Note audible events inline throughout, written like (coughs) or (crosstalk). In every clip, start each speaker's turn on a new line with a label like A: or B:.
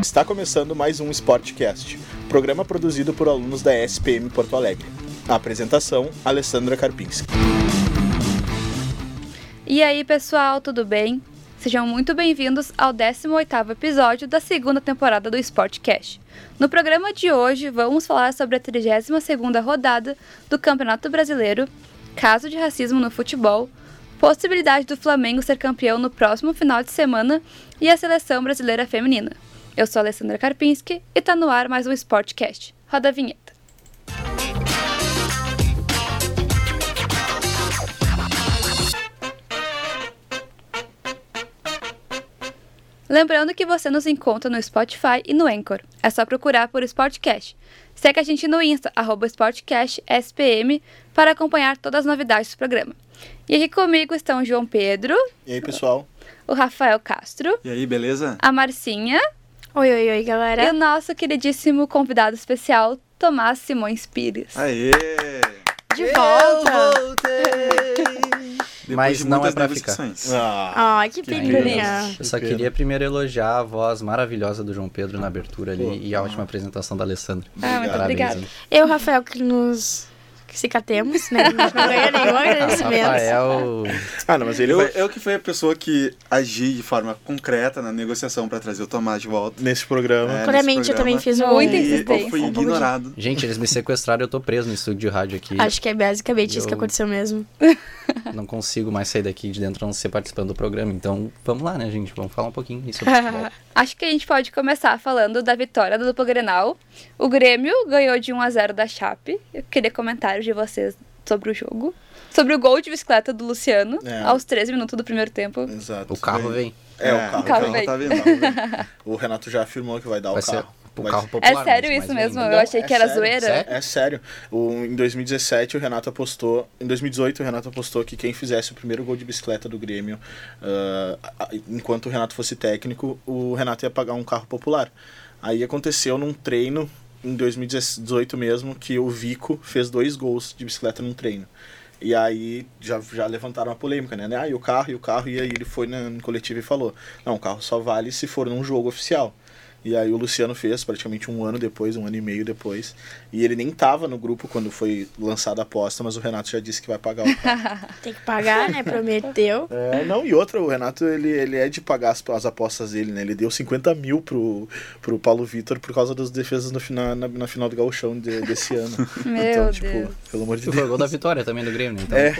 A: Está começando mais um Sportcast, programa produzido por alunos da SPM Porto Alegre. A apresentação, Alessandra Karpinski.
B: E aí, pessoal, tudo bem? Sejam muito bem-vindos ao 18º episódio da segunda temporada do Sportcast. No programa de hoje, vamos falar sobre a 32ª rodada do Campeonato Brasileiro, caso de racismo no futebol, possibilidade do Flamengo ser campeão no próximo final de semana e a seleção brasileira feminina. Eu sou a Alessandra Karpinski e está no ar mais um Sportcast. Roda a vinheta. Lembrando que você nos encontra no Spotify e no Anchor. É só procurar por Sportcast. Segue a gente no Insta, arroba SportcastSPM, para acompanhar todas as novidades do programa. E aqui comigo estão o João Pedro,
A: E aí, pessoal?
B: o Rafael Castro,
C: E aí, beleza?
B: a Marcinha
D: Oi, oi, oi, galera.
B: e o nosso queridíssimo convidado especial, Tomás Simões Pires.
C: Aê!
D: De volta.
C: voltei!
E: Mas não é pra ficar.
A: Ah,
D: Ah, que
C: Que
D: peninha.
E: Eu só
A: Pena.
E: queria primeiro elogiar a voz maravilhosa do João Pedro na abertura ali
A: Pô.
E: e a ótima apresentação da Alessandra.
B: Ah, muito
A: Obrigado.
B: obrigada.
E: hein?
D: Eu, Rafael, que nos que cicatemos,
B: (laughs)
D: né? Não ganha nenhum
B: é,
D: agradecimento.
E: Rafael,
A: Ah, não, mas ele
C: Eu,
A: vai...
C: eu que fui a pessoa que agi de forma concreta na negociação pra trazer o Tomás de volta.
A: nesse programa.
C: É.
D: Claramente,
C: nesse
D: eu também
C: programa.
D: fiz um...
B: Muita
C: e
B: insistência.
C: eu fui
D: Um pouco de-
C: (laughs) ignorado.
E: gente, eles me sequestraram, eu tô preso no estúdio de rádio aqui.
D: Acho que é basicamente isso que
E: Eu-
D: aconteceu mesmo.
E: Não consigo mais sair daqui de dentro a não ser participando do programa. Então, vamos lá, né, gente? Vamos falar um pouquinho aí
B: (laughs)
E: sobre futebol.
B: Acho que a gente pode começar falando da vitória do dupla Grenal. O Grêmio ganhou de 1 a 0 da Chape. Eu queria comentários de vocês sobre o jogo. Sobre o gol de bicicleta do Luciano,
A: É.
B: aos 13 minutos do primeiro tempo.
A: Exato.
E: O carro vem.
A: É, o carro.
B: O carro vem.
C: tá (laughs) vindo.
A: O Renato já afirmou que vai dar
E: Vai
A: o
E: ser
A: carro.
E: o
A: Vai-
E: carro popular.
B: É sério
E: mas-
B: isso
E: mas
B: mesmo?
E: vem.
B: Eu achei
A: é
B: que era
A: sério,
B: zoeira.
E: sério.
A: É sério. O, em 2017, o Renato apostou. Em 2018, o Renato apostou que quem fizesse o primeiro gol de bicicleta do Grêmio, ah, a- enquanto o Renato fosse técnico, o Renato ia pagar um carro popular. Aí aconteceu num treino, em 2018 mesmo, que o Vico fez dois gols de bicicleta num treino. E aí já, já levantaram a polêmica, né? Ah, e o carro, e o carro, e aí ele foi na, no coletivo e falou: Não, o carro só vale se for num jogo oficial. E aí o Luciano fez praticamente um ano depois, um ano e meio depois. E ele nem tava no grupo quando foi lançada a aposta, mas o Renato já disse que vai pagar o
B: (laughs)
A: carro.
D: Tem que pagar,
A: (laughs)
D: né? Prometeu.
A: é, não, e outra, o Renato ele, ele é de pagar as, as apostas dele, né? Ele deu 50 mil pro, pro Paulo Vitor por causa das defesas no final, na, na final do Gauchão de- desse ano.
B: (laughs) Meu
A: então,
B: Deus.
A: tipo, pelo amor de
E: E Foi o
A: Deus.
E: gol da vitória também do Grêmio, né? Então,
A: É.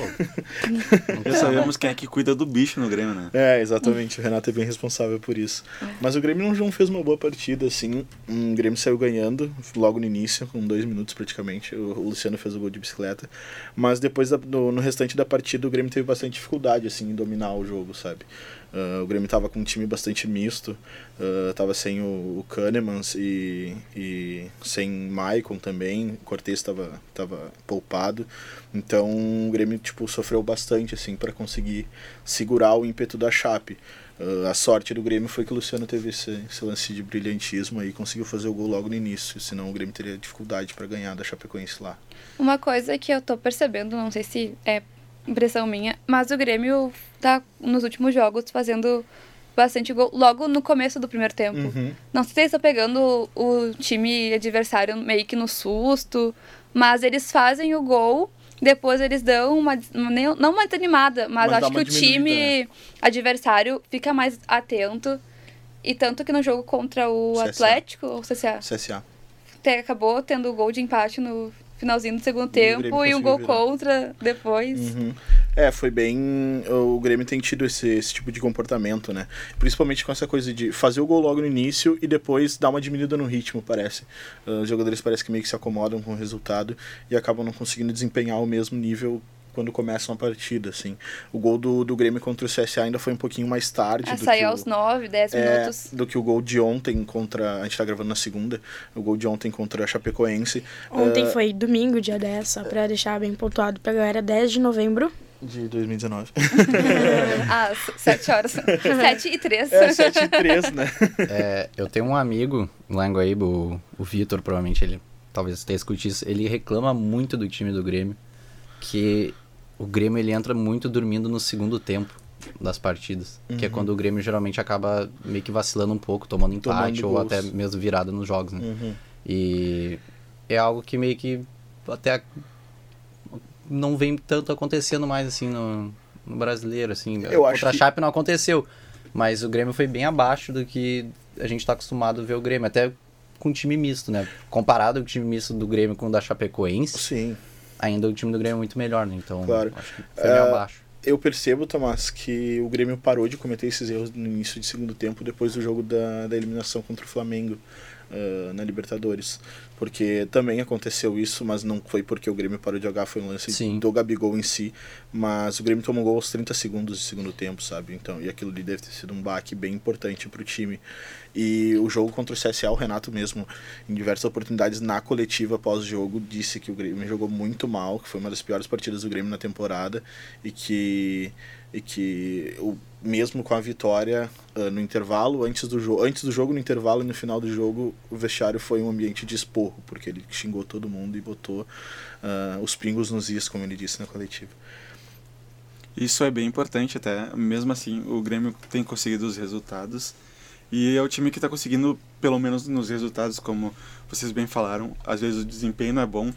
E: pô,
C: Já sabemos quem é que cuida do bicho no Grêmio, né?
A: É, exatamente. O Renato é bem responsável por isso. Mas o Grêmio não- não fez uma boa partida, assim. Hum, O Grêmio saiu ganhando logo no início, com dois minutos praticamente. O o Luciano fez o gol de bicicleta. Mas depois, da- do- no restante da partida, o Grêmio teve bastante dificuldade, assim, em dominar o jogo, sabe? Ah, o Grêmio tava com um time bastante misto. ah, tava sem o, o Kahnemans e, e sem Maicon também. O Cortez tava, tava poupado. Então o Grêmio, tipo, sofreu bastante, assim, para conseguir segurar o ímpeto da Chape. Ah, a sorte do Grêmio foi que o Luciano teve esse, esse lance de brilhantismo aí, conseguiu fazer o gol logo no início, senão o Grêmio teria dificuldade para ganhar da Chapecoense lá.
B: Uma coisa que eu tô percebendo, não sei se é impressão minha, mas o Grêmio tá nos últimos jogos fazendo bastante gol logo no começo do primeiro
A: Uhum.
B: tempo. Não sei se eles estão pegando o time adversário meio que no susto, mas eles fazem o gol, depois eles dão uma. des- nem- Não uma desanimada,
A: Mas
B: mas,
A: dá
B: acho que
A: uma
B: o time
A: diminuída, né?
B: adversário fica mais atento. E tanto que no jogo contra o
A: CSA.
B: Atlético, ou CSA,
A: CSA.
B: te- acabou tendo o gol de empate no finalzinho do segundo
A: Grêmio
B: tempo e
A: conseguiu
B: um gol
A: virar.
B: contra depois.
A: Uhum. É, foi bem. O Grêmio tem tido esse, esse tipo de comportamento, né? Principalmente com essa coisa de fazer o gol logo no início e depois dar uma diminuída no ritmo, parece. Ah, os jogadores parecem que meio que se acomodam com o resultado e acabam não conseguindo desempenhar o mesmo nível quando começam a partida, assim. O gol do, do Grêmio contra o CSA ainda foi um pouquinho mais tarde.
B: Ah,
A: do que
B: saiu
A: o-
B: aos 9, 10
A: é, (laughs)
B: minutos.
A: do que o gol de ontem contra. A gente tá gravando na segunda. O gol de ontem contra a Chapecoense.
D: Ontem
A: Ah,
D: foi domingo, dia 10, só pra deixar bem pontuado pra galera, 10 de novembro.
A: De 2019.
B: Às 7
A: (laughs)
B: Ah, horas. 7 e 3.
A: É, 7 e 3, né?
E: É, eu tenho um amigo lá em Guaíba, o, o Vitor, provavelmente ele talvez até escute isso, ele reclama muito do time do Grêmio, que o Grêmio ele entra muito dormindo no segundo tempo. das partidas.
A: Uhum.
E: Que é quando o Grêmio geralmente acaba meio que vacilando um pouco, tomando empate
A: Tomando
E: ou
A: gols.
E: até mesmo virada nos jogos, né?
A: Uhum.
E: E é algo que meio que até não vem tanto acontecendo mais assim no, no brasileiro, assim.
A: Eu acho
E: Contra a
A: que-
E: Chape não aconteceu, mas o Grêmio foi bem abaixo do que a gente tá acostumado a ver o Grêmio, até com time misto, né? Comparado o time misto do Grêmio com o da
A: (laughs)
E: Chapecoense,
A: Sim.
E: ainda o time do Grêmio é muito melhor, né? Então,
A: Claro.
E: acho que foi bem
A: É,
E: abaixo.
A: Eu percebo, Tomás, que o Grêmio parou de cometer esses erros no início de segundo tempo, depois do jogo da, da eliminação contra o Flamengo ah, na Libertadores. Porque também aconteceu isso, mas não foi porque o Grêmio parou de jogar, foi um lance
E: Sim.
A: do Gabigol em si. Mas o Grêmio tomou um gol aos 30 segundos de segundo tempo, sabe? Então, e aquilo ali deve ter sido um baque bem importante pro time. E o jogo contra o CSA, o Renato mesmo, em diversas oportunidades na coletiva pós-jogo, disse que o Grêmio jogou muito mal, que foi uma das piores partidas do Grêmio na temporada e que e que o mesmo com a vitória ah, no intervalo, antes do jogo, antes do jogo no intervalo e no final do jogo, o vestiário foi um ambiente de esporro, porque ele xingou todo mundo e botou ah, os pingos nos is, como ele disse na coletiva.
C: Isso é bem importante até. Mesmo assim, o Grêmio tem conseguido os resultados. E é o time que está conseguindo, pelo menos nos resultados, como vocês bem falaram. Às vezes o desempenho não é bom.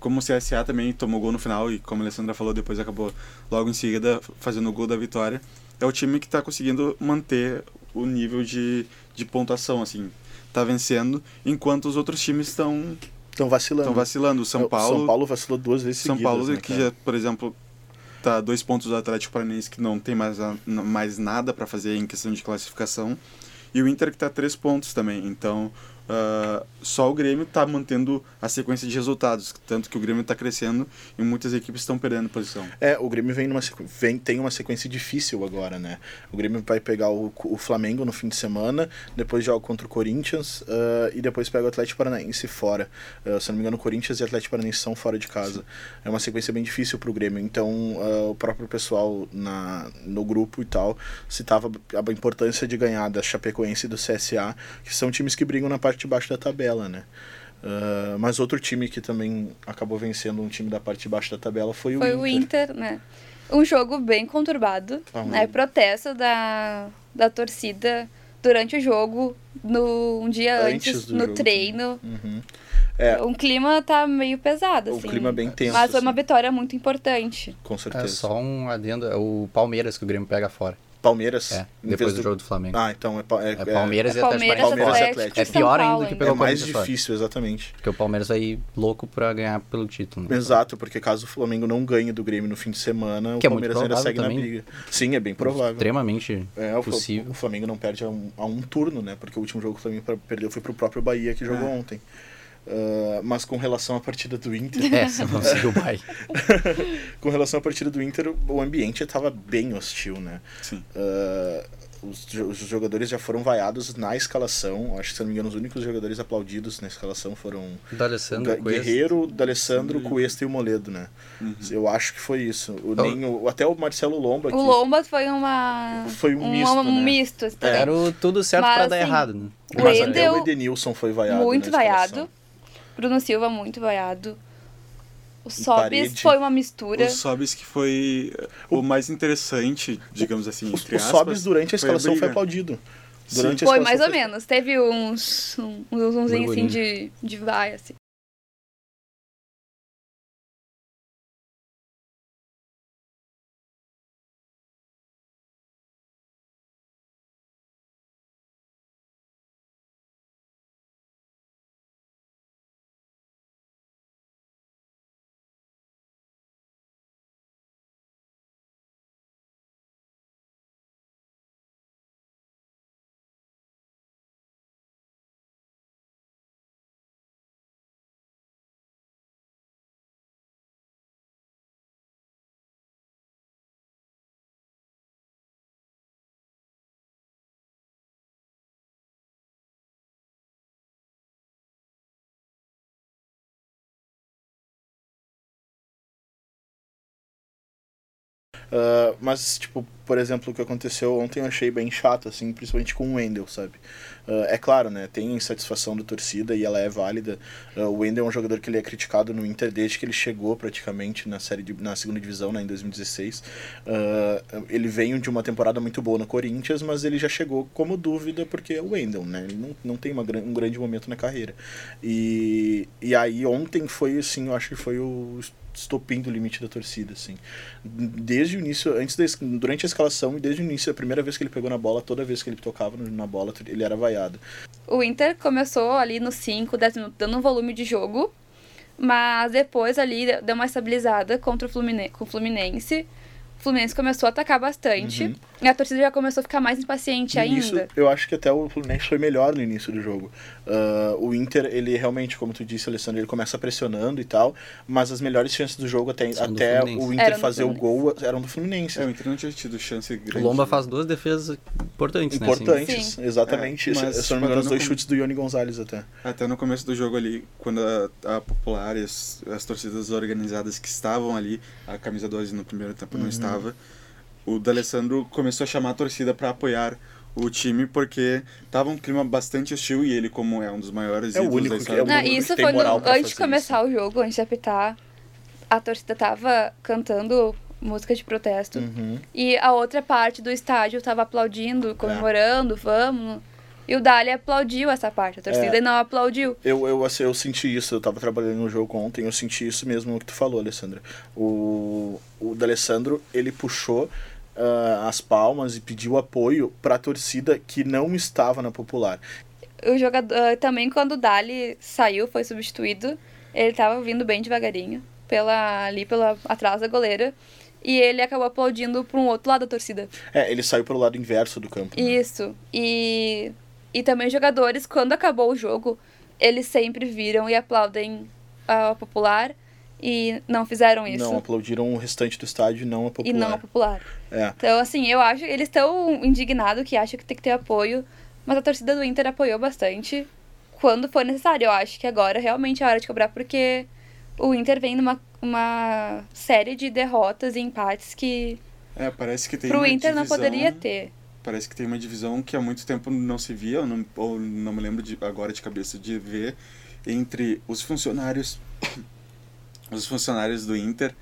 C: Como o CSA também tomou gol no final e, como a Alessandra falou, depois acabou logo em seguida fazendo o gol da vitória. É o time que está conseguindo manter o nível de, de pontuação, assim. Tá vencendo, enquanto os outros times estão
A: Então vacilando. É,
C: estão vacilando. É, O São Paulo...
A: São Paulo vacilou duas vezes
C: São
A: seguidas.
C: Paulo,
A: né,
C: que
A: cara?
C: já, por exemplo, tá dois pontos do Atlético Paranaense, que não tem mais, a- n- mais nada para fazer em questão de classificação. E o Inter que tá três pontos também. Então, ah, só o Grêmio tá mantendo a sequência de resultados. Tanto que o Grêmio tá crescendo e muitas equipes estão perdendo posição.
A: É, o Grêmio vem numa sequ- vem, tem uma sequência difícil agora, né? O Grêmio vai pegar o, o Flamengo no fim de semana, depois joga contra o Corinthians ah, e depois pega o Atlético Paranaense fora. Ah, se eu não me engano, Corinthians e Atlético Paranaense são fora de casa. É uma sequência bem difícil pro Grêmio. Então, ah, o próprio pessoal na, no grupo e tal citava a importância de ganhar da Chapecoense e do CSA, que são times que brigam na parte de baixo da tabela, né? Ah, mas outro time que também acabou vencendo um time da parte de baixo da tabela foi,
B: Foi o Inter, né? Um jogo bem conturbado,
A: Ah,
B: né?
A: mano.
B: Protesto da, da torcida durante o jogo, no, um dia
A: Antes
B: antes,
A: do
B: no
A: jogo,
B: treino.
A: Uhum. É.
B: Um clima tá meio pesado,
A: O
B: assim.
A: clima bem tenso.
B: Mas foi uma
A: assim,
B: vitória muito importante.
A: Com certeza.
E: É só um adendo, é o Palmeiras que o Grêmio pega fora.
A: Palmeiras.
E: É,
A: em
E: depois
A: vez
E: do jogo do Flamengo.
A: Ah, então é, pa- é,
E: é Palmeiras
B: É
E: e Atlético
B: Palmeiras,
E: Paranaense fora.
A: Palmeiras,
B: Atlético,
A: É
B: e São
E: pior ainda
B: Paulo
E: que
A: É
E: pelo-
A: mais
E: Palmeiras fora.
A: difícil, exatamente.
E: Porque o Palmeiras aí louco pra ganhar pelo título. né?
A: Exato, porque caso o Flamengo não ganhe do Grêmio no fim de semana, o
E: Que é muito
A: Palmeiras ainda
E: provável
A: segue
E: também.
A: na briga. Sim, é bem provável.
E: Extremamente
A: É, o, Fla-
E: possível.
A: o Flamengo não perde a um, a um turno, né? Porque o último jogo que o Flamengo pra- perdeu foi pro próprio Bahia, que
E: É.
A: jogou ontem. Ah, mas com relação à partida do Inter,
E: (laughs)
A: (laughs)
E: É, se não conseguiu o bye.
A: com relação à partida do Inter, o ambiente estava bem hostil, né?
C: Sim.
A: Ah, os, jo- os jogadores já foram vaiados na escalação. Acho que, se eu não me engano, os únicos jogadores aplaudidos na escalação foram
E: Do
A: o
E: Então, Alessandro,
A: Ga- Guerreiro, D'Alessandro,
C: Uhum.
A: Cuesta e o Moledo, né? Eu acho que foi isso. O,
E: Então-
A: nem o- até o Marcelo Lomba
B: O
A: que
B: Lomba foi uma...
A: Foi um
B: uma-
A: misto,
B: um
A: né?
B: misto, assim, também.
E: Era o tudo certo
B: Mas,
E: pra dar
B: assim,
E: errado, né?
B: o
A: Mas até
B: Wendel-
A: o Edenilson foi vaiado.
B: muito
A: na escalação.
B: vaiado. Bruno Silva, muito vaiado. O
A: parede.
B: Sobis foi uma mistura.
C: O Sobis que foi eh, o mais interessante, digamos assim,
A: O,
C: entre
A: o
C: aspas.
A: Sobis, durante a
C: foi a
A: escalação, foi
C: briga.
A: aplaudido.
C: Sim.
A: Durante a
B: Foi
A: escalação
B: mais ou
A: foi-
B: menos. Teve uns um- uns umzinhos assim
E: Burburinho.
B: de, de vai, assim.
A: Ah, mas, tipo, por exemplo, o que aconteceu ontem eu achei bem chato, assim, principalmente com o Wendel, sabe? Ah, é claro, né? Tem insatisfação da torcida e ela é válida. Ah, o Wendel é um jogador que ele é criticado no Inter desde que ele chegou praticamente na série de- na segunda divisão, né, em 2016. Ah, ele veio de uma temporada muito boa no Corinthians, mas ele já chegou como dúvida porque é o Wendel, né? Ele não, não tem uma gran- um grande momento na carreira. E, e aí ontem foi, assim, eu acho que foi o estopim do limite da torcida, assim desde o início, antes da, es- durante a escalação e desde o início, a primeira vez que ele pegou na bola, toda vez que ele tocava no- na bola, ele era vaiado.
B: O Inter começou ali nos 5, 10 minutos, dando um volume de jogo. Mas depois ali de- deu uma estabilizada contra o Fluminense. Com o Fluminense. O Fluminense começou a atacar bastante.
A: Uhum.
B: E a torcida já começou a ficar mais impaciente
A: No
B: ainda.
A: início, eu acho que até o Fluminense foi melhor no início do jogo. Ah, o Inter, ele realmente, como tu disse, Alessandro, ele começa pressionando e tal, mas as melhores chances do jogo até,
E: São do
A: até
E: Fluminense.
A: o
B: Eram
A: Inter
B: do
A: fazer o gol eram do Fluminense.
C: É, o Inter não tinha tido chance grande.
E: O Lomba
C: né?
E: faz duas defesas importantes, né? assim.
A: Importantes, exatamente.
C: É,
A: isso.
C: mas,
A: Se eu não
C: tipo,
A: me engano,
C: até
A: os
C: no
A: dois
C: com-
A: chutes do Ione Gonzalez até.
C: Até no começo do jogo ali, quando a, a popular e as, as torcidas organizadas que estavam ali, a camisa 12 no primeiro tempo
A: Uhum.
C: não estava, o D'Alessandro começou a chamar a torcida para apoiar o time, porque tava um clima bastante hostil e ele, como é um dos maiores
A: É o
C: ídolos
A: único
C: da
A: que-
C: história
A: é o
C: do
B: Não,
A: único que
B: isso
A: tem
B: foi no-
A: moral pra
B: antes de
A: fazer
B: começar o jogo, antes de apitar. A torcida tava cantando música de protesto.
A: Uhum.
B: E a outra parte do estádio tava aplaudindo, comemorando, vamos. E o Dali aplaudiu essa parte. A torcida não aplaudiu.
A: Eu, eu, assim, eu senti isso, eu tava trabalhando no jogo ontem, eu senti isso mesmo que tu falou, Alessandra. O, o D'Alessandro, ele puxou ah, as palmas e pediu apoio pra torcida que não estava na popular.
B: O jogador. ah, Também quando o Dali saiu, foi substituído, ele tava vindo bem devagarinho. Pela, ali pela, atrás da goleira. E ele acabou aplaudindo para um outro lado da torcida.
A: É, ele saiu pelo lado inverso do campo. né?
B: Isso. E, e também os jogadores, quando acabou o jogo, eles sempre viram e aplaudem a popular e não fizeram isso.
A: Não, aplaudiram o restante do estádio e não a popular.
B: e não a popular.
A: É.
B: Então, assim, eu acho. Eles estão indignados que acham que tem que ter apoio, mas a torcida do Inter apoiou bastante quando foi necessário. Eu acho que agora realmente é a hora de cobrar, porque o Inter vem numa uma série de derrotas e empates que
C: É, parece que tem
B: pro
C: uma
B: Inter não
C: divisão-
B: poderia ter.
C: Parece que tem uma divisão que há muito tempo não se via, ou não, ou não me lembro de, agora de cabeça de ver, entre os funcionários (coughs) os funcionários do Inter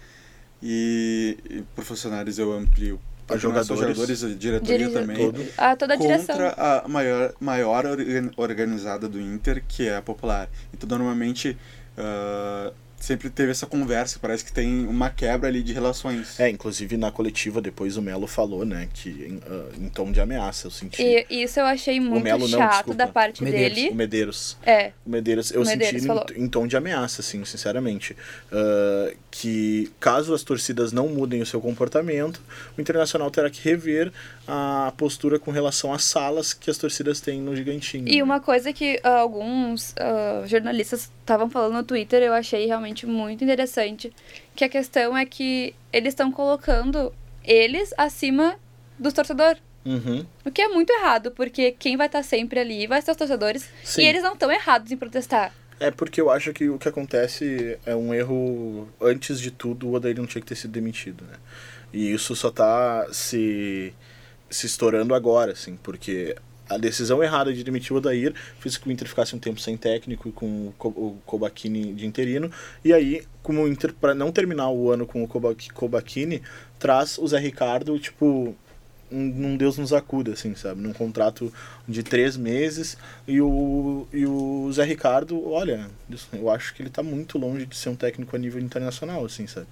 C: e, e por funcionários eu amplio
A: A
C: porque não é só
A: jogadores.
C: jogadores, a diretoria
B: Dirige-
C: também,
A: Todo.
B: Ah, toda a direção.
C: contra a maior, maior organ- organizada do Inter, que é a Popular. Então, normalmente, ah, sempre teve essa conversa, parece que tem uma quebra ali de relações.
A: É, inclusive na coletiva depois o Melo falou, né, que em, ah, em tom de ameaça, eu senti.
B: E isso eu achei muito
A: Melo não,
B: chato
A: desculpa.
B: da parte
E: Medeiros.
A: O
B: dele.
A: Medeiros.
B: É,
A: O Medeiros, eu
B: O Medeiros
A: senti
B: falou.
A: em, em tom de ameaça, assim, sinceramente. Ah, que caso as torcidas não mudem o seu comportamento, o Internacional terá que rever a postura com relação às salas que as torcidas têm no Gigantinho.
B: e
A: né?
B: uma coisa que ah, alguns ah, jornalistas estavam falando no Twitter, eu achei realmente muito interessante, que a questão é que eles estão colocando eles acima do torcedor,
A: Uhum.
B: o que é muito errado, porque quem vai estar sempre ali vai ser os torcedores,
A: Sim.
B: e eles não estão errados em protestar.
A: É porque eu acho que o que acontece é um erro. Antes de tudo, o Odair não tinha que ter sido demitido, né? E isso só tá se, se estourando agora, assim, porque a decisão errada de demitir o Odair fez com que o Inter ficasse um tempo sem técnico, com o Co- o Kobachini de interino. E aí, como o Inter, para não terminar o ano com o Koba- Kobachini, traz o Zé Ricardo, tipo, um, um Deus nos acuda, assim, sabe? Num contrato de três meses. E o, e o Zé Ricardo, olha, eu acho que ele tá muito longe de ser um técnico a nível internacional, assim, sabe?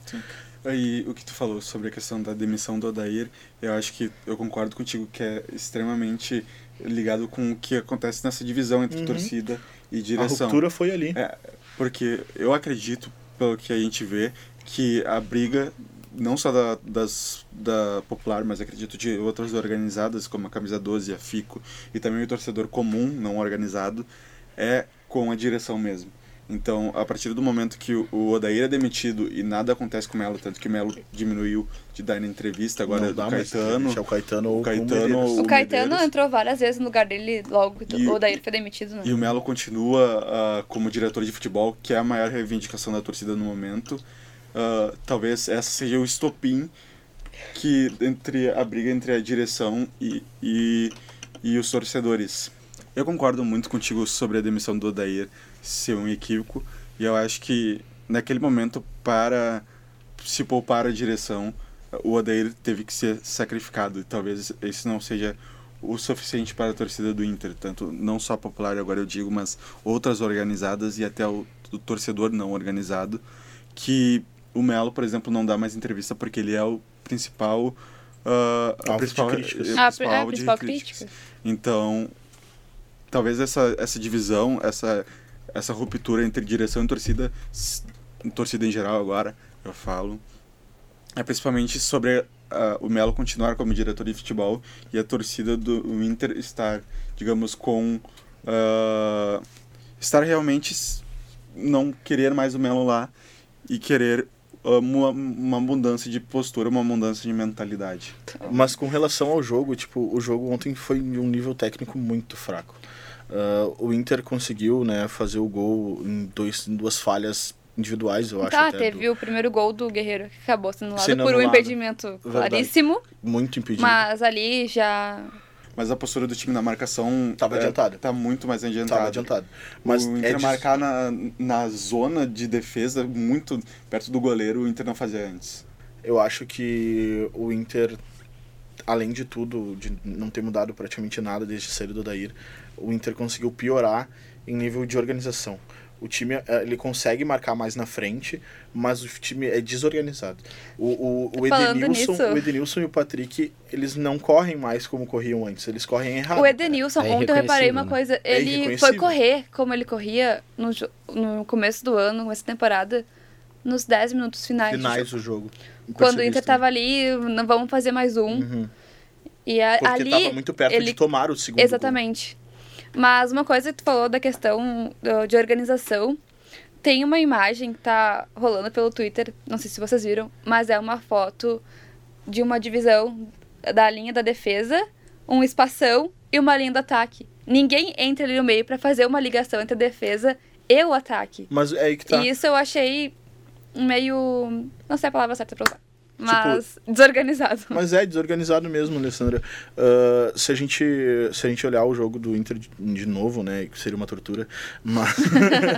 C: Aí, o que tu falou sobre a questão da demissão do Odair, eu acho que eu concordo contigo que é extremamente ligado com o que acontece nessa divisão entre
A: Uhum.
C: torcida e
A: A
C: direção.
A: ruptura foi ali.
C: É, porque eu acredito, pelo que a gente vê, que a briga, não só da, das, da Popular, mas acredito de outras organizadas, como a Camisa 12, a FICO, e também o torcedor comum, não organizado, é com a direção mesmo. Então, a partir do momento que o- o Odair é demitido e nada acontece com o Melo, tanto que o Melo diminuiu de dar na entrevista, agora é
A: Não
C: do
A: dá mais pra
C: Caetano.
A: deixar o Caetano ou o
C: Caetano
A: Medeiros.
C: ou-
B: O,
C: O
B: Caetano
C: Medeiros.
B: entrou várias vezes no lugar dele logo,
C: E-
B: ou daí ele foi demitido, né?
C: E o Melo continua ah, como diretor de futebol, que é a maior reivindicação da torcida no momento. Ah, talvez essa seja o estopim que entre a briga entre a direção e, e, e os torcedores. Eu concordo muito contigo sobre a demissão do Odair ser um equívoco, e eu acho que naquele momento, para se poupar a direção, o Odair teve que ser sacrificado, e talvez esse não seja o suficiente para a torcida do Inter, tanto não só a popular, agora eu digo, mas outras organizadas e até o, o torcedor não organizado, que o Melo, por exemplo, não dá mais entrevista porque ele é o principal. ah,
A: Alvo
C: a
A: de
C: principal,
A: críticas.
C: é,
B: Ah, A,
C: principal
B: pr- a
C: alvo de
B: principal
C: críticas.
B: crítica.
C: Então, talvez essa, essa divisão, essa, essa ruptura entre direção e torcida, s- torcida em geral agora, eu falo, é principalmente sobre ah, o Melo continuar como diretor de futebol e a torcida do Inter estar, digamos, com... ah, estar realmente s- não querer mais o Melo lá e querer ah, uma, uma mudança de postura, uma mudança de mentalidade.
A: Mas com relação ao jogo, tipo, o jogo ontem foi de um nível técnico muito fraco. Ah, o Inter conseguiu, né, fazer o gol em, dois, em duas falhas individuais, eu acho.
B: Tá,
A: até,
B: teve
A: do-
B: o primeiro gol do Guerreiro, que acabou sendo anulado
A: Sendo
B: por um
A: anulado.
B: impedimento
A: Verdade.
B: claríssimo.
A: muito impedido.
B: Mas ali já.
C: Mas a postura do time na marcação.
A: Tava adiantada.
C: Tá muito mais adiantada.
A: Tava adiantado. Mas
C: o
A: é
C: Inter
A: de-
C: marcar na, na zona de defesa, muito perto do goleiro, o Inter não fazia antes.
A: eu acho que o Inter, além de tudo, de não ter mudado praticamente nada desde sair do Odair, o Inter conseguiu piorar em nível de organização. O time eh, ele consegue marcar mais na frente, mas o time é desorganizado. O, o, o,
B: Falando
A: Edenilson,
B: nisso-
A: o Edenilson e o Patrick, eles não correm mais como corriam antes, eles correm errado.
B: o Edenilson,
E: É
B: ontem eu reparei
E: irreconhecível,
B: uma
E: né?
B: coisa.
A: É
B: Ele foi
A: irreconhecível.
B: correr como ele corria no, jo- no começo do ano, no começo da temporada, nos 10 minutos finais. do
A: finais do
B: jogo.
A: jogo.
B: Quando o
A: Percebi
B: Inter
A: isso também.
B: tava ali, não vamos fazer mais um.
A: Uhum.
B: E a-
A: Porque
B: ali.
A: tava muito perto
B: ele-
A: de tomar o segundo
B: Exatamente. Mas uma coisa que tu falou da questão uh, de organização, tem uma imagem que tá rolando pelo Twitter, não sei se vocês viram, mas é uma foto de uma divisão da linha da defesa, um espação e uma linha do ataque. Ninguém entra ali no meio pra fazer uma ligação entre a defesa e o ataque.
A: gol. Mas é aí que tá.
B: E isso eu achei meio. não sei a palavra certa pra usar.
A: Tipo,
B: Mas (laughs) desorganizado.
A: Mas é desorganizado mesmo, Alessandra. Ah, se, a gente, se a gente olhar o jogo do Inter de, de novo, né? Que seria uma tortura. Mas, (laughs)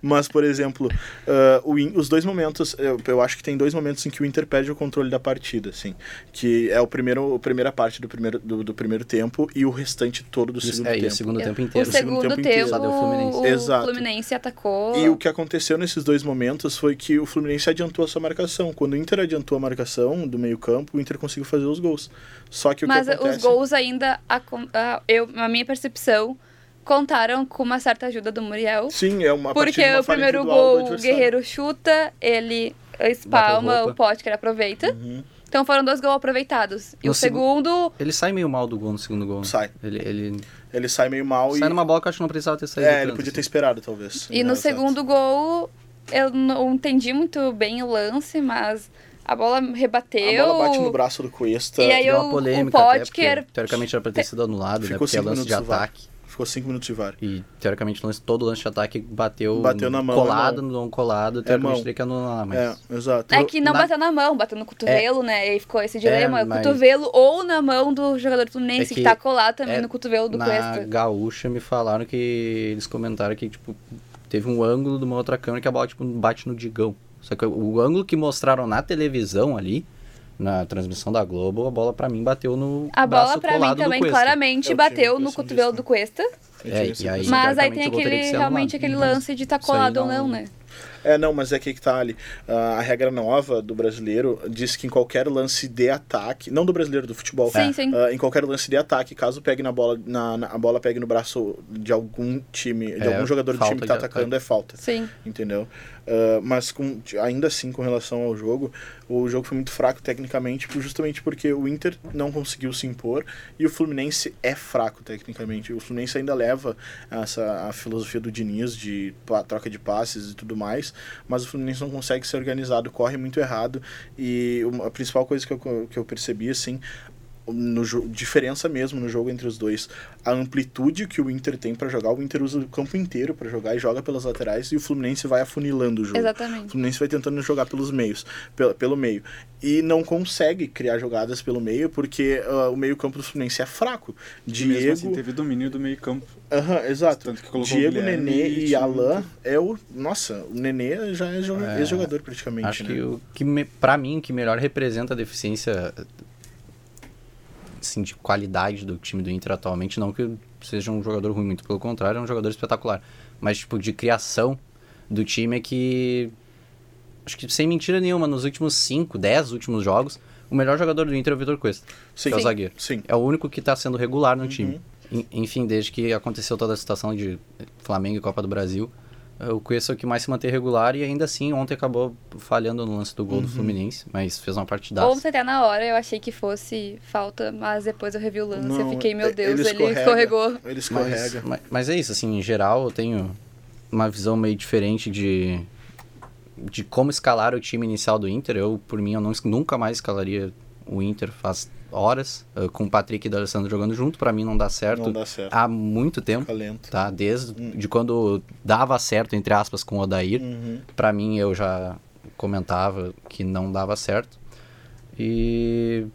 A: mas por exemplo, ah, o In- os dois momentos. Eu, eu acho que tem dois momentos em que o Inter perde o controle da partida, assim. Que é o primeiro, a primeira parte do primeiro, do, do primeiro tempo e o restante todo do segundo
E: é, e o
A: tempo.
E: segundo tempo
B: O
E: inteiro.
A: seg-
B: segundo,
A: tempo
B: tempo,
A: inteiro.
E: Só deu o Fluminense.
B: o
A: Exato.
B: Fluminense atacou.
A: E o que aconteceu nesses dois momentos foi que o Fluminense adiantou a sua marcação. Quando o Inter adiantou a marcação do meio-campo, o Inter conseguiu fazer os gols. Só que o
B: Mas
A: que acontece...
B: os gols ainda, acon- ah, eu, na minha percepção, contaram com uma certa ajuda do Muriel.
A: Sim, é uma a partir
B: Porque
A: de uma
B: o
A: falha
B: primeiro
A: individual do
B: gol, o
A: adversário.
B: Guerreiro chuta, ele
E: Bateu
B: espalma,
E: roupa.
B: o Potker aproveita.
A: Uhum.
B: Então foram dois gols aproveitados. E
E: No
B: o segundo,
E: Ele sai meio mal do gol no segundo gol. né?
A: Sai.
E: Ele, ele
A: Ele sai meio mal
E: sai
A: e.
E: numa bola que eu acho que não precisava ter saído.
A: É, ele
E: tanto,
A: podia ter
E: assim.
A: esperado, talvez.
B: e no
A: É, certo.
B: segundo gol, eu não entendi muito bem o lance, mas a bola rebateu.
A: A bola bate no braço do Cuesta.
B: E aí
E: Deu
B: o-
E: uma
B: o
E: polêmica até,
B: Potker-
E: porque teoricamente era pra ter sido anulado, né?
A: Ficou
E: Porque é
A: cinco
E: lance de
A: minutos no VAR.
E: ataque.
A: Ficou cinco minutos de VAR.
E: E teoricamente o lance, todo lance de ataque bateu,
A: Bateu na mão,
E: colado,
A: é
E: não colado, teoricamente
A: mão.
E: teria que anular, mas...
A: É, exato.
B: É que não
E: na-
B: bateu na mão, bateu no cotovelo, né? E ficou esse dilema,
E: É, mas-
B: cotovelo ou na mão do jogador do Fluminense,
E: É
B: que,
E: que-
B: tá colado também
E: é,
B: no cotovelo do
E: na
B: Cuesta.
E: gaúcha me falaram que eles comentaram que, tipo, teve um ângulo de uma outra câmera que a bola, tipo, bate no digão. Só que o ângulo que mostraram na televisão ali, na transmissão da Globo, a bola pra mim bateu no
B: A bola,
E: braço
B: pra mim,
E: colado do
B: também
E: Cuesta.
A: Eu
B: claramente
A: tive a
B: bateu
A: impressão
B: no cotovelo
A: disso,
B: do Cuesta.
A: Eu tive
E: é,
A: essa
E: e aí-
A: impressão.
B: Mas aí
E: teoricamente,
B: tem
E: o gol teria que
B: aquele,
E: ser
B: realmente
E: anulado.
B: aquele
E: Uhum.
B: lance de tá
E: Isso aí
B: colado ou não,
E: não-
B: né?
A: É, não, mas é que, que tá ali. Ah, a regra nova do brasileiro diz que em qualquer lance de ataque, não do brasileiro, do futebol,
B: Sim,
A: É.
B: sim.
A: Ah, em qualquer lance de ataque, caso pegue na bola, na, na- a bola pegue no braço de algum time, de
E: É,
A: algum jogador do
E: falta
A: time que tá
E: de ataque.
A: atacando, é falta.
B: Sim.
A: entendeu? Ah, mas com- ainda assim, com relação ao jogo, o jogo foi muito fraco tecnicamente, por- justamente porque o Inter não conseguiu se impor e o Fluminense é fraco tecnicamente. O Fluminense ainda leva essa a filosofia do Diniz de pa- troca de passes e tudo mais, mas o Fluminense não consegue ser organizado, corre muito errado e uma- a principal coisa que eu, co- que eu percebi, assim, no jo- diferença mesmo no jogo entre os dois. A amplitude que o Inter tem pra jogar, o Inter usa o campo inteiro pra jogar e joga pelas laterais e o Fluminense vai afunilando o jogo. O
B: Exatamente.
A: Fluminense vai tentando jogar pelos meios, pelo, pelo meio. E não consegue criar jogadas pelo meio porque ah, o meio-campo do Fluminense é fraco.
C: E mesmo
A: Diego,
C: assim, teve domínio do meio campo.
A: Aham, exato.
C: Tanto que colocou o
A: Diego,
C: Guilherme
A: Nenê
C: e
A: e,
C: tinha
A: Alan é o. Nossa, o Nenê já é, jo-
E: É,
A: ex-jogador praticamente.
E: Acho
A: né?
E: que o que me, pra mim o que melhor representa a deficiência assim, de qualidade do time do Inter atualmente, não que seja um jogador ruim, muito pelo contrário, é um jogador espetacular, mas tipo de criação do time é que acho que sem mentira nenhuma, nos últimos 5, 10 últimos jogos, o melhor jogador do Inter é o Vitor Cuesta,
A: Sim.
E: que é o
A: Sim.
E: zagueiro.
A: Sim.
E: É o único que tá sendo regular
A: Uhum.
E: no time. En- Enfim, desde que aconteceu toda a situação de Flamengo e Copa do Brasil, eh, o Cuesta é o que mais se mantém regular e ainda assim ontem acabou falhando no lance do gol do
A: Uhum.
E: Fluminense, mas fez uma partidaça.
B: Ontem até na hora eu achei que fosse falta, mas depois eu revi o lance e
A: Não,
B: fiquei, meu
A: ele
B: Deus, ele,
A: escorrega.
B: escorregou.
A: Ele
E: Mas,
A: escorrega.
E: ma- mas é isso, assim, em geral eu tenho uma visão meio diferente de, de como escalar o time inicial do Inter. Eu, por mim, eu não, es- nunca mais escalaria o Inter faz horas, eh, com o Patrick e o Alessandro jogando junto, pra mim não dá certo
A: Não dá certo.
E: há muito tempo.
A: Fica lento.
E: tá? Desde de quando dava certo, entre aspas, com o Odair.
A: Uhum.
E: Pra mim, eu já comentava que não dava certo. E...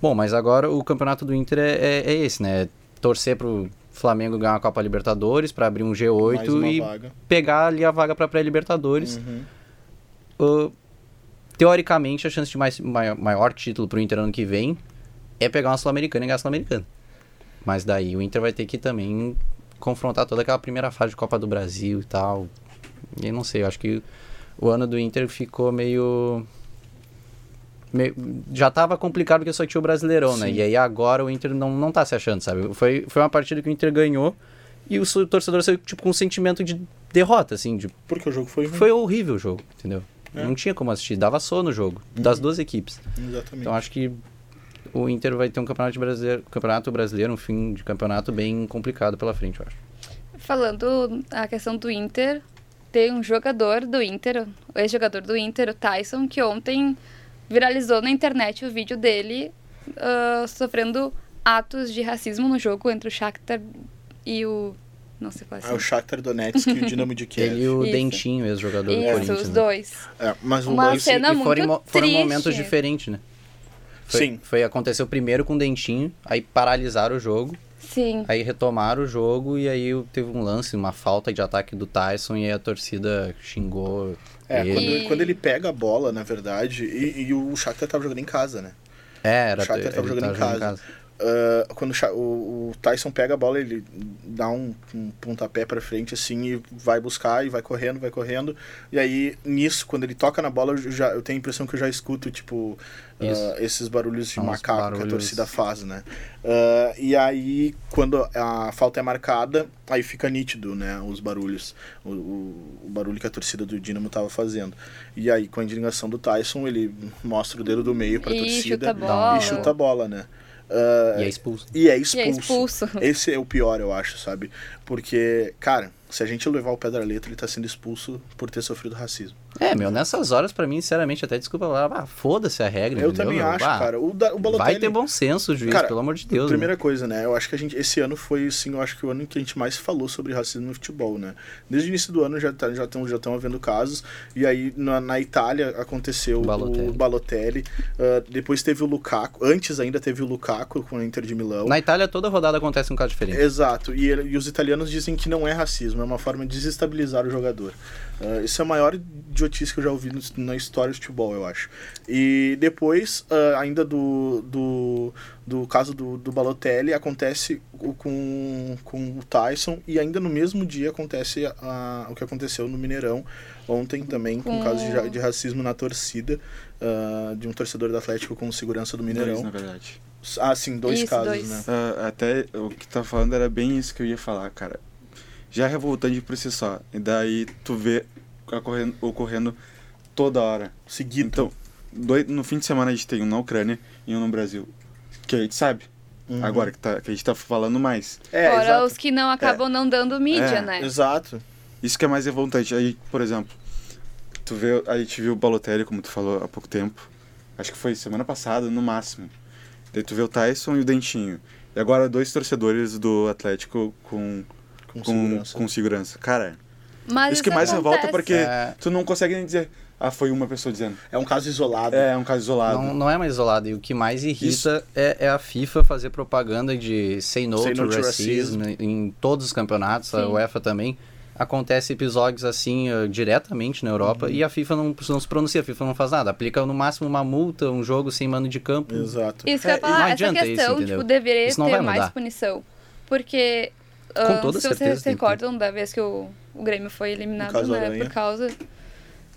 E: Bom, mas agora o campeonato do Inter é, é- é esse, né? Torcer pro Flamengo ganhar a Copa Libertadores pra abrir um
A: Mais uma
E: G8 e
A: vaga.
E: pegar ali a vaga pra pré-Libertadores.
A: Uhum.
E: Uh, teoricamente, a chance de mais, maior, maior título pro Inter ano que vem é pegar uma Sul-Americana e ganhar a Sul-Americana. Mas daí o Inter vai ter que também confrontar toda aquela primeira fase de Copa do Brasil e tal. E aí não sei, eu acho que o ano do Inter ficou meio. meio- já tava complicado porque só tinha o Brasileirão, né? E aí agora o Inter não, não tá se achando, sabe? Foi, foi uma partida que o Inter ganhou e o seu torcedor saiu tipo, com um sentimento de derrota, assim, de
A: Porque o jogo foi ruim.
E: foi horrível o jogo, entendeu? Não tinha como assistir, dava sono o jogo, das duas equipes.
A: Exatamente.
E: Então acho que o Inter vai ter um campeonato de brasileiro, campeonato brasileiro, um fim de campeonato bem complicado pela frente, eu acho.
B: Falando a questão do Inter, tem um jogador do Inter, o ex-jogador do Inter, o Tyson, que ontem viralizou na internet o vídeo dele ah, sofrendo atos de racismo no jogo entre o Shakhtar e o... não sei falar
E: Ah,
A: É o
B: assim.
A: Shakhtar Donetsk
E: (laughs)
A: e o Dinamo de Kiev.
E: Ele e o
B: Isso.
E: Dentinho, ex-jogador do
B: Isso,
E: Corinthians.
B: os
E: né?
B: dois.
A: É, mas o
B: Uma
A: lance...
B: cena-
E: E foram,
B: muito
E: mo- foram
B: triste.
E: momentos diferentes, né? Foi,
A: Sim.
E: Foi, aconteceu primeiro com o Dentinho, aí paralisaram o jogo,
B: Sim.
E: aí retomaram o jogo e aí teve um lance, uma falta de ataque do Tyson e aí a torcida xingou
A: É,
E: ele.
A: quando,
B: E-
A: quando ele pega a bola, na verdade, e, e o Shakhtar tava jogando em casa, né?
E: É, era
A: O Shakhtar
E: ele
A: tava jogando em casa. Ah, quando o, Sha- o- o Tyson pega a bola, ele dá um, um pontapé pra frente, assim, e vai buscar, e vai correndo, vai correndo. E aí, nisso, quando ele toca na bola, eu, já, eu tenho a impressão que eu já escuto, tipo, ah,
E: Isso.
A: esses barulhos de
E: São os
A: macaco que a
E: barulhos.
A: torcida faz, né? Ah, e aí, quando a falta é marcada, aí fica nítido, né, os barulhos. O, o- o barulho que a torcida do Dinamo tava fazendo. E aí, com a indignação do Tyson, ele mostra o dedo do meio pra
B: E chuta
A: torcida
B: a bola.
A: e chuta a bola, né? Ah,
E: E é expulso.
A: e é
B: E
A: expulso.
B: é expulso.
A: Esse é o pior, eu acho, sabe? Porque, cara, se a gente levar o pé da letra, ele tá sendo expulso por ter sofrido racismo.
E: É, meu, nessas horas, pra mim, sinceramente, até desculpa lá, ah, foda-se a regra,
A: eu
E: entendeu?
A: também acho,
E: Ah,
A: cara. O, da, o Balotelli...
E: Vai ter bom senso, juiz,
A: Cara,
E: pelo amor de Deus.
A: Primeira
E: né?
A: coisa, né? Eu acho que a gente. Esse ano foi, sim, eu acho que o ano em que a gente mais falou sobre racismo no futebol, né? Desde o início do ano já estão já tão, já tão havendo casos. E aí na, na Itália aconteceu
E: Balotelli.
A: o Balotelli. ah, depois teve o Lukaku. Antes ainda teve o Lukaku com o Inter de Milão.
E: Na Itália, toda rodada acontece um caso diferente.
A: Exato, e, ele- e os italianos dizem que não é racismo, é uma forma de desestabilizar o jogador. Ah, isso é a maior idiotice que eu já ouvi no- na história do futebol, eu acho. E depois, ah, ainda do, do, do caso do, do Balotelli, acontece o- com, com o Tyson, e ainda no mesmo dia acontece a- o que aconteceu no Mineirão, ontem também, com o caso de, ra- de racismo na torcida, ah, de um torcedor do Atlético com segurança do
C: Dois, né? na
A: Mineirão.
C: verdade.
A: Ah, sim, dois
B: Isso,
A: casos,
B: dois.
A: né?
C: Ah, até o que tu tá falando era bem isso que eu ia falar, cara. Já é revoltante por si só. E daí tu vê ocorrendo, ocorrendo toda hora.
A: Seguido.
C: Então, doi- no fim de semana a gente tem um na Ucrânia e um no Brasil. Que a gente sabe.
A: Uhum.
C: Agora que, tá, que a gente tá falando mais.
A: É,
B: Fora
A: exato.
B: os que não acabam não dando mídia,
C: É,
B: né?
A: Exato.
C: Isso que é mais revoltante. Aí, por exemplo, tu vê, a gente viu o Balotelli, como tu falou há pouco tempo. Acho que foi semana passada, no máximo. Daí tu vê o Tyson e o Dentinho. E agora dois torcedores do Atlético com,
A: Com,
C: com,
A: segurança.
C: com segurança. Cara,
B: Mas
C: isso que mais
B: acontece.
C: revolta porque
E: É.
C: tu não consegue nem dizer, ah, foi uma pessoa dizendo.
A: É um caso isolado.
C: É, é um caso isolado.
E: Não, não é mais isolado. E o que mais irrita é, é a FIFA fazer propaganda de say no,
A: Say
E: to,
A: no to
E: racism, em todos os campeonatos,
B: Sim.
E: a UEFA também. Acontece episódios assim eh, diretamente na Europa
A: Uhum.
E: e a FIFA não, não se pronuncia, a FIFA não faz nada. Aplica no máximo uma multa, um jogo sem mano de campo.
A: Exato.
B: Isso que eu
E: É,
B: ia falar,
E: não
B: essa
E: adianta isso,
B: questão, tipo,
E: entendeu?
B: deveria
E: Isso não
B: ter
E: vai
B: mais
E: mudar.
B: punição. Porque,
E: Com
B: ah,
E: toda
B: se vocês
E: certeza
B: se
E: tem que ter.
B: recordam da vez que o, o Grêmio foi eliminado,
A: caso
B: né,
A: Aranha.
B: por causa...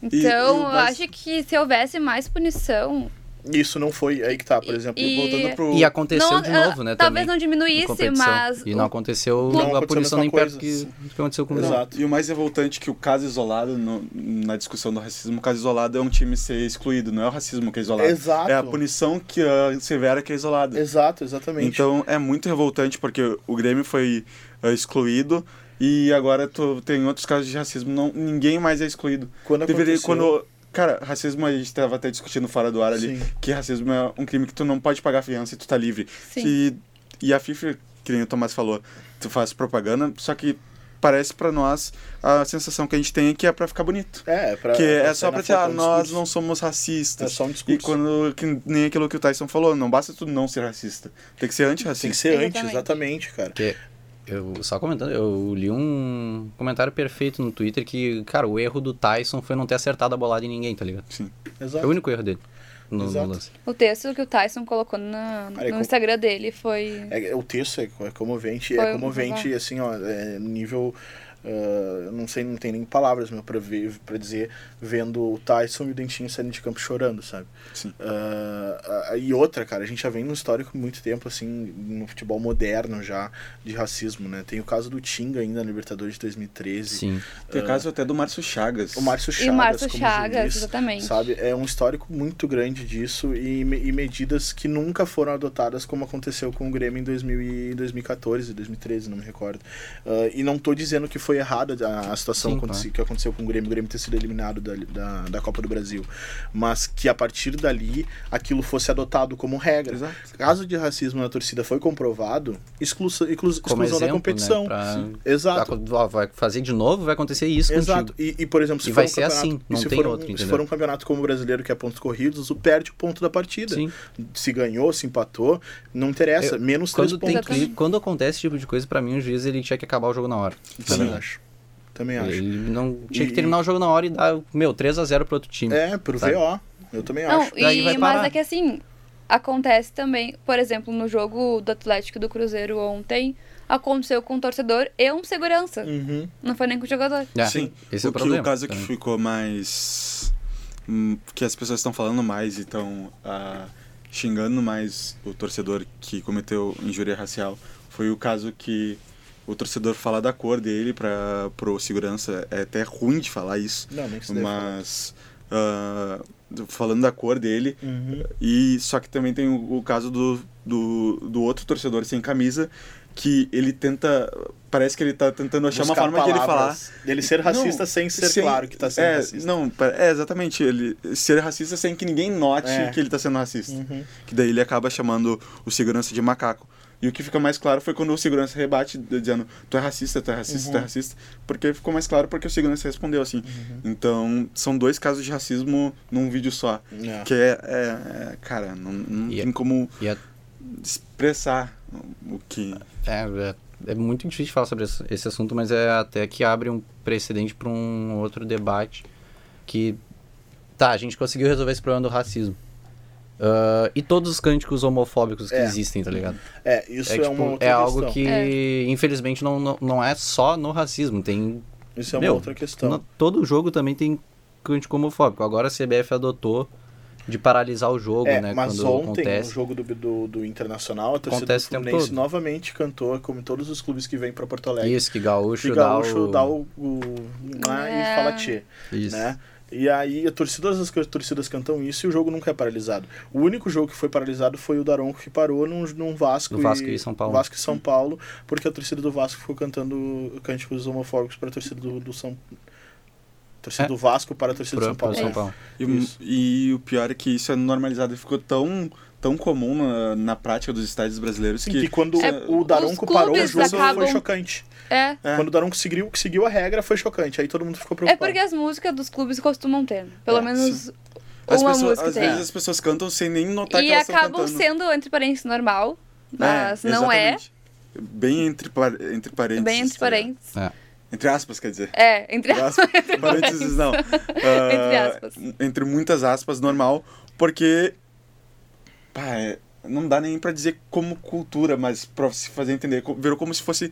B: Então,
C: e o
B: eu
C: mais-
B: acho que se houvesse mais punição...
A: Isso não foi. Aí que tá, por exemplo.
B: E-
A: Voltando pro.
E: E aconteceu
B: não,
E: de
B: ah,
E: novo, né?
B: Talvez
E: também,
B: não
E: em
B: diminuísse,
E: competição.
B: mas...
E: E não aconteceu
A: Não
E: a
A: aconteceu
E: punição
A: a
E: nem
A: mesma
E: perto
A: coisa.
E: que, que aconteceu com o Brasil.
A: Exato.
C: E o mais revoltante é que o caso isolado no- na discussão do racismo, o caso isolado é um time ser excluído, não é o racismo que é isolado.
A: Exato.
C: É a punição que ah, severa que é isolada.
A: Exato, exatamente.
C: Então é muito revoltante porque o Grêmio foi ah, excluído e agora tu tem outros casos de racismo, não, ninguém mais é excluído.
A: quando
C: Deveria
A: aconteceu-
C: quando cara, racismo a gente tava até discutindo fora do ar ali,
A: Sim.
C: que racismo é um crime que tu não pode pagar fiança e tu tá livre.
B: Sim.
C: E, e a FIFA, que nem o Tomás falou, tu faz propaganda, só que parece pra nós a sensação que a gente tem é que é pra ficar bonito.
A: É, pra,
C: que é
A: pra
C: só
A: sair
C: pra
A: na
C: dizer, ah,
A: foto, é um
C: nós
A: discurso.
C: não somos racistas.
A: É só um discurso.
C: E quando que nem aquilo que o Tyson falou, não basta tu não ser racista. Tem que ser antirracista.
A: Tem que ser antes,
B: Exatamente.
A: exatamente, cara.
E: Que eu só comentando, eu li um comentário perfeito no Twitter que, cara, o erro do Tyson foi não ter acertado a bolada em ninguém, tá ligado?
C: Sim.
A: Exato.
E: É o único erro dele no, no
A: Exato.
E: lance.
B: O texto que o Tyson colocou na-
A: Cara, e
B: no
A: com-
B: Instagram dele foi...
A: É, o texto é, co- é comovente,
B: Foi
A: é
B: um-
A: comovente, assim, ó, é nível. ah, eu não sei, não tem nem palavras meu pra, ver, pra dizer, vendo o Tyson e o Dentinho saindo de campo chorando, sabe?
C: Sim.
A: Ah, ah, e outra, cara, a gente já vem num histórico muito tempo, assim, no futebol moderno já, de racismo, né? Tem o caso do Tinga ainda na Libertadores de 2013.
E: Sim.
C: Tem o caso até do Márcio Chagas.
A: O Márcio Chagas.
B: E o Márcio
A: como
B: Chagas,
A: juiz,
B: exatamente.
A: Sabe? É um histórico muito grande disso e, me- e medidas que nunca foram adotadas, como aconteceu com o Grêmio em 2000 e 2014, 2013, não me recordo. Ah, e não tô dizendo que foi errada a, a situação
E: Sim,
A: aconte- que aconteceu com o Grêmio, o Grêmio ter sido eliminado da, da, da Copa do Brasil, mas que a partir dali aquilo fosse adotado como regra.
C: Exato.
A: Caso de racismo na torcida foi comprovado, exclusa, exclus-
E: Como
A: exclusão
E: exemplo,
A: da competição.
E: Né, pra...
A: Exato.
E: Vai- Tá, ó, Vai fazer de novo, vai acontecer isso
A: Exato.
E: contigo.
A: E, e, por exemplo, se
E: E
A: for
E: vai
A: um
E: ser
A: campeonato-
E: assim,
A: e
E: não
A: se
E: tem
A: for um-
E: outro,
A: Se
E: entendeu?
A: for um campeonato como o brasileiro, que é pontos corridos, o perde o ponto da partida.
E: Sim.
A: Se ganhou, se empatou, não interessa.
E: Eu-
A: menos três
E: Quando,
A: pontos.
E: tem
B: pontos.
E: que- quando acontece esse tipo de coisa, pra mim, o juiz ele tinha que acabar o jogo na hora.
A: Também
E: Sim.
A: acho. Também acho.
E: Ele não tinha
A: E-
E: que terminar o jogo na hora e dar, meu, 3x0 pro outro time.
A: É, pro
E: Sabe?
A: VO. Eu também
B: Não,
A: acho.
E: Daí
B: e,
E: vai
B: mas
E: parar.
B: é que assim, acontece também, por exemplo, no jogo do Atlético e do Cruzeiro ontem, aconteceu com um torcedor e um segurança.
C: Hum.
A: Uhum.
B: Não foi nem com o jogador.
E: É,
C: Sim.
E: Esse é o
C: que-
E: problema.
C: O caso que
E: também.
C: ficou mais. hum, que as pessoas estão falando mais e estão ah, xingando mais o torcedor que cometeu injúria racial foi o caso que o torcedor fala da cor dele para pro segurança. É até ruim de falar isso,
A: Não, é nem que se deve falar.
C: mas. ah, falando da cor dele,
A: Uhum.
C: e só que também tem o, o caso do, do, do outro torcedor sem camisa, que ele tenta. Parece que ele tá tentando achar
A: Buscar
C: uma forma de ele falar.
A: palavras. Dele ser racista
C: Não,
A: sem ser
C: sem-
A: claro que tá sendo
C: é,
A: racista.
C: Não, pera- é, exatamente. Ele ser racista sem que ninguém note
A: É.
C: que ele tá sendo racista.
A: Uhum.
C: Que daí ele acaba chamando o segurança de macaco. E o que fica mais claro foi quando o segurança rebate, d- dizendo, tu é racista, tu é racista,
A: Uhum.
C: tu é racista. Porque ficou mais claro porque o segurança respondeu assim.
A: Uhum.
C: Então, são dois casos de racismo num vídeo só.
A: É.
C: Que é, é- é, cara, não, não
E: E é-
C: tem como
E: E é
C: expressar o que...
E: É, é, é muito difícil falar sobre esse, esse assunto, mas é até que abre um precedente para um outro debate que tá, a gente conseguiu resolver esse problema do racismo. Ah, e todos os cânticos homofóbicos que
A: É.
E: existem, tá ligado?
A: É, isso é,
E: tipo,
A: uma outra
E: é
A: questão.
E: algo que, infelizmente, não, não, não é só no racismo. Tem.
A: Isso é uma
E: Meu,
A: outra questão.
E: no- todo jogo também tem cântico homofóbico. Agora a CBF adotou de paralisar o jogo,
A: É,
E: né?
A: mas
E: quando
A: ontem,
E: acontece.
A: no jogo do, do, do Internacional, a torcida
E: Acontece
A: do
E: o tempo
A: Fluminense
E: todo.
A: novamente cantou, como todos os clubes que vêm pra Porto Alegre.
E: Isso, que gaúcho,
A: né, Que
E: dá
A: gaúcho
E: o-
A: dá o, o, lá
B: É.
A: e fala tchê,
E: Isso.
A: né? E aí, a torcida, todas as torcidas cantam isso e o jogo nunca é paralisado. O único jogo que foi paralisado foi o Daronco, que parou num, num Vasco,
E: Do Vasco e São Paulo.
A: Vasco e São Paulo, porque a torcida do Vasco ficou cantando cânticos homofóbicos pra torcida do, do São Torcida
E: É.
A: do Vasco para a torcida do São
E: Pro,
A: Paulo.
E: pro São
B: É.
E: Paulo.
C: E,
A: Isso.
C: e o pior é que isso é normalizado e ficou tão, tão comum na, na prática dos estádios brasileiros
A: Sim,
C: que.
A: que quando
C: É,
A: o Daronco parou o
B: clubes
A: jogo
B: acabam-
A: foi chocante.
B: É.
C: É.
A: Quando o Daronco seguiu, seguiu a regra foi chocante. Aí todo mundo ficou
B: É
A: preocupado.
B: porque as músicas dos clubes costumam ter. né? Pelo
C: É,
B: menos
C: As
B: uma
C: pessoas,
B: música
C: às
B: tem.
C: vezes as pessoas cantam sem nem notar
B: e
C: que elas estão
B: acabam
C: cantando.
B: sendo, entre parênteses, normal. Mas
C: É,
B: não é.
C: exatamente. Bem entre, par- entre parênteses.
B: Bem entre
C: tá ligado?
B: parênteses.
C: Entre aspas, quer dizer.
B: É, (laughs) entre
C: Entre
B: aspas.
C: aspas. parênteses não. Ah,
B: Entre aspas.
C: Entre muitas aspas, normal, porque. Pá, é- não dá nem pra dizer como cultura, mas pra se fazer entender, co- virou como se fosse.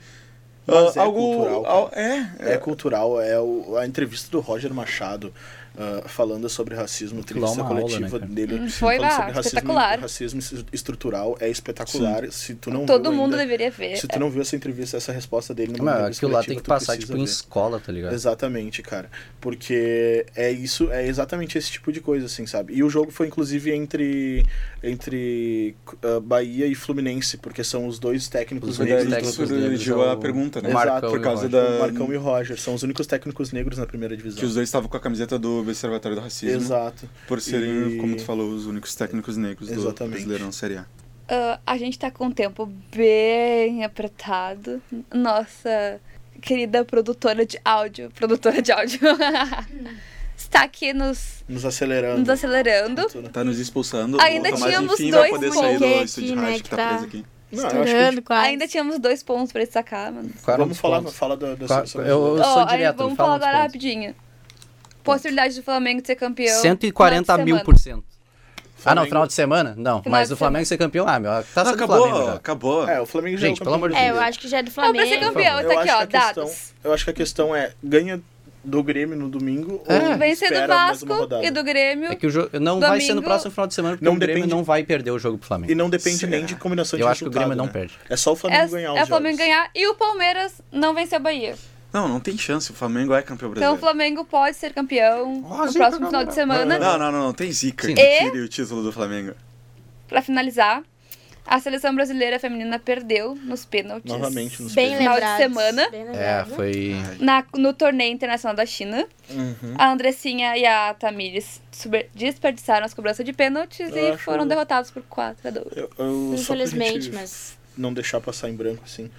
A: Mas
C: ah,
A: é
C: algo.
A: cultural, cara.
C: al- é,
A: É cultural, é o- a entrevista do Roger Machado ah, falando sobre racismo,
E: Aquilo lá é
A: entrevista
E: uma aula,
A: coletiva
E: né, cara?
A: dele.
B: Hum, foi
A: falando
B: lá,
A: sobre racismo,
B: espetacular.
A: racismo es- estrutural é espetacular. Se tu não
B: Todo
A: viu
B: mundo
A: ainda,
B: deveria ver. é.
A: Se tu não viu essa entrevista, essa resposta dele numa
E: Mas
A: entrevista
E: aquilo lá
A: coletiva,
E: tem
A: É
E: que
A: tu
E: passar,
A: precisa
E: tipo, em
A: ver.
E: escola, tá ligado?
A: Exatamente, cara. Porque é isso, é exatamente esse tipo de coisa, assim, sabe? E o jogo foi, inclusive, entre, entre ah, Bahia e Fluminense, porque são os dois técnicos
E: Os
C: Foi
E: dois
A: negros.
C: daí
A: do-
E: técnicos
C: que
E: negros
C: surgiu
E: são
C: a
E: o
C: pergunta, né?
E: Marcão
C: Por
E: e
C: causa
E: Roger.
C: da.
A: Marcão e Roger são os únicos técnicos negros na primeira divisão.
C: Que os dois estavam com a camiseta do Observatório do
E: né?
C: Racismo.
A: Exato.
C: Por serem,
A: E-
C: como tu falou, os únicos técnicos negros
A: Exatamente.
C: do Brasileirão Série A.
B: Ah, a gente tá com um tempo bem apertado. Nossa querida produtora de áudio, produtora de áudio, (laughs) está aqui nos,
A: Nos acelerando. né?
B: nos acelerando.
C: Tá nos expulsando.
B: Ainda
C: o Tomás,
B: tínhamos
C: enfim,
B: dois
C: vai poder sair do
D: moleque,
C: estúdio de
D: né,
C: rádio
D: que
C: que tá
D: tá-
C: preso aqui.
A: Não, eu acho que a gente-
D: Estourando quase.
B: Ainda tínhamos dois pontos pra destacar, mano.
E: Qual era um
A: Vamos
E: dos
A: falar,
E: pontos?
A: falar da, da
E: Qual-
A: seleção
E: eu-
A: brasileira.
E: sou
B: Ó, aí
E: direto,
B: vamos
E: me fala
B: falar
E: uns
B: agora
E: pontos.
B: rapidinho. Possibilidade do Flamengo de ser campeão.
E: 140
B: final de
E: mil
B: semana.
E: por cento. Ah, não,
A: Flamengo-
E: final de semana? Não,
B: Final
E: mas
B: de
E: o Flamengo ser campeão, ah, meu, tá
C: Ah,
E: sendo
C: acabou,
E: Flamengo já.
C: acabou.
A: É, o Flamengo já é o
E: Gente, pelo
A: campeão.
E: amor de
D: É, eu acho que já é do
B: Ah, pra ser
D: Flamengo.
B: campeão, tá
A: Eu
B: aqui,
A: acho
B: ó,
A: que a questão-
B: dados.
A: Eu acho que a questão é, ganha do Grêmio no domingo
E: É.
A: ou
B: Vencer do
A: espera mais
B: Vasco
A: uma rodada?
B: e do Grêmio.
E: É que o jogo não vai ser no
B: Domingo-
E: próximo final de semana, porque
A: Não
E: o Grêmio
A: depende-
E: não vai perder o jogo pro Flamengo.
A: E não depende
C: Será?
A: nem de combinação de
E: é. Eu acho que o
A: resultado,
E: Grêmio não
A: né?
E: perde.
A: É só o Flamengo
B: É,
A: ganhar os
B: é o Flamengo
A: jogos.
B: ganhar e o Palmeiras não vencer a Bahia.
C: Não, não tem chance. O Flamengo é
B: Então
C: campeão
B: o
C: brasileiro.
B: Flamengo pode ser campeão
E: Ó, tá
B: no
E: zica,
B: próximo final de semana.
C: Não, não, não, não. Tem zica.
E: Sim.
C: que Tire o título do Flamengo.
B: Pra finalizar, a seleção brasileira feminina perdeu nos pênaltis.
A: Novamente nos
D: Bem
A: pênaltis.
B: Final de
D: lembrado.
B: semana.
D: Bem
E: É,
D: lembrado.
E: foi.
B: Na- no torneio internacional da China,
A: Uhum.
B: a Andressinha e a Tamires super- desperdiçaram as cobranças de pênaltis
A: Eu
B: e
A: acho-
B: foram derrotados por 4 a 2.
A: Eu- eu- só pra
D: Infelizmente,
A: gente
D: mas.
A: Não deixar passar em branco, assim.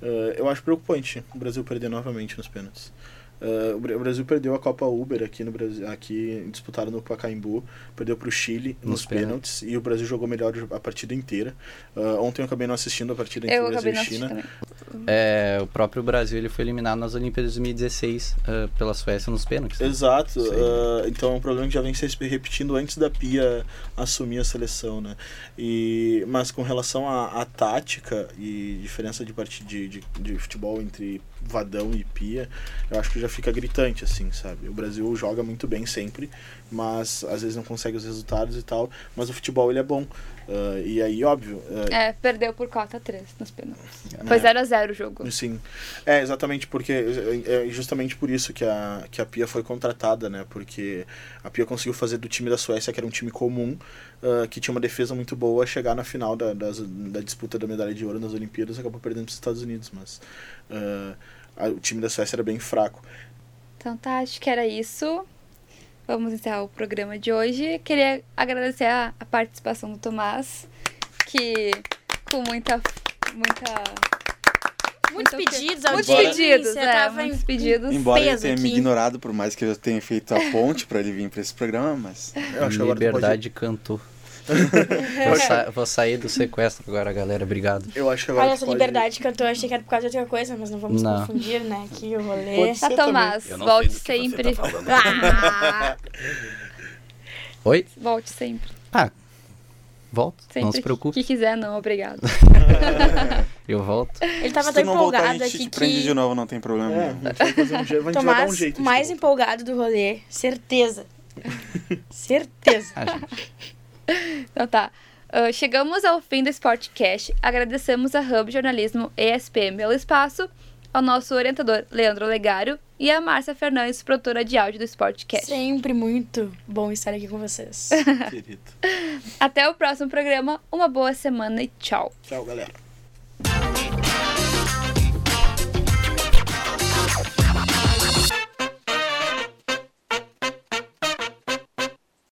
A: eh, eu acho preocupante o Brasil perder novamente nos pênaltis. Eh, o Bra- o Brasil perdeu a Copa Uber aqui no Brasil, aqui disputaram no Pacaembu, perdeu pro Chile nos,
E: Nos
A: pênaltis, e o Brasil jogou melhor a partida inteira. Eh, ontem eu acabei não assistindo a partida entre
B: Eu
A: Brasil
B: acabei
A: e
B: não
A: China.
B: assistindo também.
E: É, o próprio Brasil ele foi eliminado nas Olimpíadas de 2016 ah, pela Suécia nos pênaltis. né?
A: Exato.
E: Sim.
A: ah, então é um problema que já vem se repetindo antes da Pia assumir a seleção, né? E, mas com relação à à tática e diferença de, parti- de, de, de futebol entre Vadão e Pia, eu acho que já fica gritante, assim, sabe? O Brasil joga muito bem sempre, mas às vezes não consegue os resultados e tal, mas o futebol ele é bom. Ah, e aí, óbvio, ah,
B: É, perdeu por 4 a 3 nos pênaltis.
A: É, né?
B: Foi 0 a 0 o jogo.
A: Sim. É, exatamente porque. É é justamente por isso que a, que a Pia foi contratada, né? Porque a Pia conseguiu fazer do time da Suécia, que era um time comum, ah, que tinha uma defesa muito boa, chegar na final da, das- da disputa da medalha de ouro nas Olimpíadas e acabou perdendo para os Estados Unidos, mas. ah, a- o time da Suécia era bem fraco.
B: Então tá, acho que era isso. Vamos encerrar o programa de hoje. Queria agradecer a, a participação do Tomás, que com muita. muita
D: Muitos
B: Muito
D: pedidos,
B: muitos
D: audiência.
B: pedidos, é,
D: tava em-
B: muitos pedidos.
C: Embora ele
D: peso
C: tenha me
D: aqui.
C: ignorado, por mais que eu tenha feito a ponte pra ele vir pra esse programa, mas.
A: Eu acho que agora tu pode, (laughs)
E: Liberdade cantou. vou, sa- vou sair do sequestro agora, galera. Obrigado.
A: eu acho que agora
D: Olha,
A: tu
D: essa
A: pode-
D: liberdade cantou, eu achei que era por causa de outra coisa, mas não vamos
E: Não.
D: confundir, né? Que o rolê.
A: Pode
B: Tá,
A: ser
B: Tomás,
E: Eu não sei
B: volte
E: do que você
B: sempre.
E: tá falando.
D: Ah,
E: Oi?
B: volte sempre.
E: Ah, volto.
B: sempre.
E: Não se preocupe.
B: Que quiser, não, obrigado.
E: Eu volto.
D: ele tava
C: se
D: tão
C: tu não voltar, a
D: empolgado
C: gente
D: aqui
C: te prende de
D: que.
C: novo, não tem problema.
A: É, a
C: nenhum.
A: gente vai fazer um jeito, a gente vai dar um
D: Tomás,
A: jeito.
D: mais
A: desculpa.
D: empolgado do rolê,
C: (laughs)
D: certeza. Certeza.
E: Ah, gente.
B: Então tá. Ah, chegamos ao fim do Sportcast. Agradecemos a Hub Jornalismo ESPM pelo espaço, ao nosso orientador Leandro Legário e a Márcia Fernandes, produtora de áudio do Sportcast.
D: Sempre muito bom estar aqui com vocês.
A: Querido.
B: Até o próximo programa, uma boa semana e tchau.
A: Tchau, galera.